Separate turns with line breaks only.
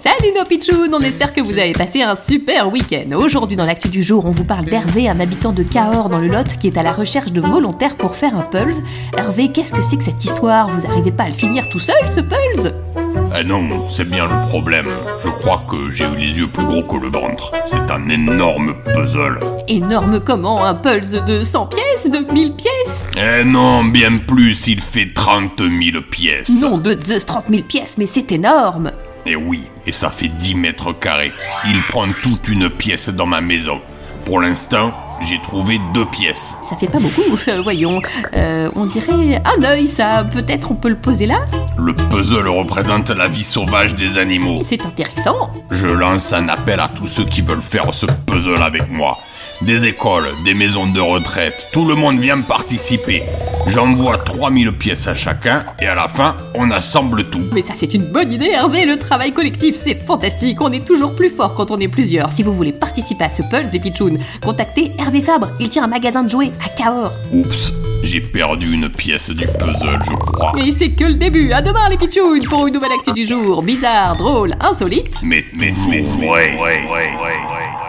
Salut nos pitchounes, on espère que vous avez passé un super week-end. Aujourd'hui dans l'actu du jour, on vous parle d'Hervé, un habitant de Cahors dans le Lot qui est à la recherche de volontaires pour faire un Pulse. Hervé, qu'est-ce que c'est que cette histoire Vous arrivez pas à le finir tout seul ce Pulse
Ah non, c'est bien le problème. Je crois que j'ai eu les yeux plus gros que le ventre. C'est un énorme puzzle.
Énorme comment Un Pulse de 100 pièces De 1000 pièces
Eh non, bien plus, il fait 30 000 pièces.
Non, de Zeus, 30 000 pièces, mais c'est énorme
Eh oui, et ça fait 10 mètres carrés. Il prend toute une pièce dans ma maison. Pour l'instant, j'ai trouvé deux pièces.
Ça fait pas beaucoup, euh, voyons. Euh, on dirait un œil, ça. Peut-être on peut le poser là
Le puzzle représente la vie sauvage des animaux.
C'est intéressant.
Je lance un appel à tous ceux qui veulent faire ce puzzle avec moi. Des écoles, des maisons de retraite, tout le monde vient participer. J'envoie 3000 pièces à chacun et à la fin, on assemble tout.
Mais ça, c'est une bonne idée, Hervé. Le travail collectif, c'est fantastique. On est toujours plus fort quand on est plusieurs. Si vous voulez participer à ce Pulse des Pitchounes, contactez Hervé Fabre. Il tient un magasin de jouets à Cahors.
Oups, j'ai perdu une pièce du puzzle, je crois.
Et c'est que le début. À demain, les Pitchounes, pour une nouvelle actu du jour. Bizarre, drôle, insolite.
Mais, mais, mais, mais, ouais, ouais, ouais, ouais, ouais.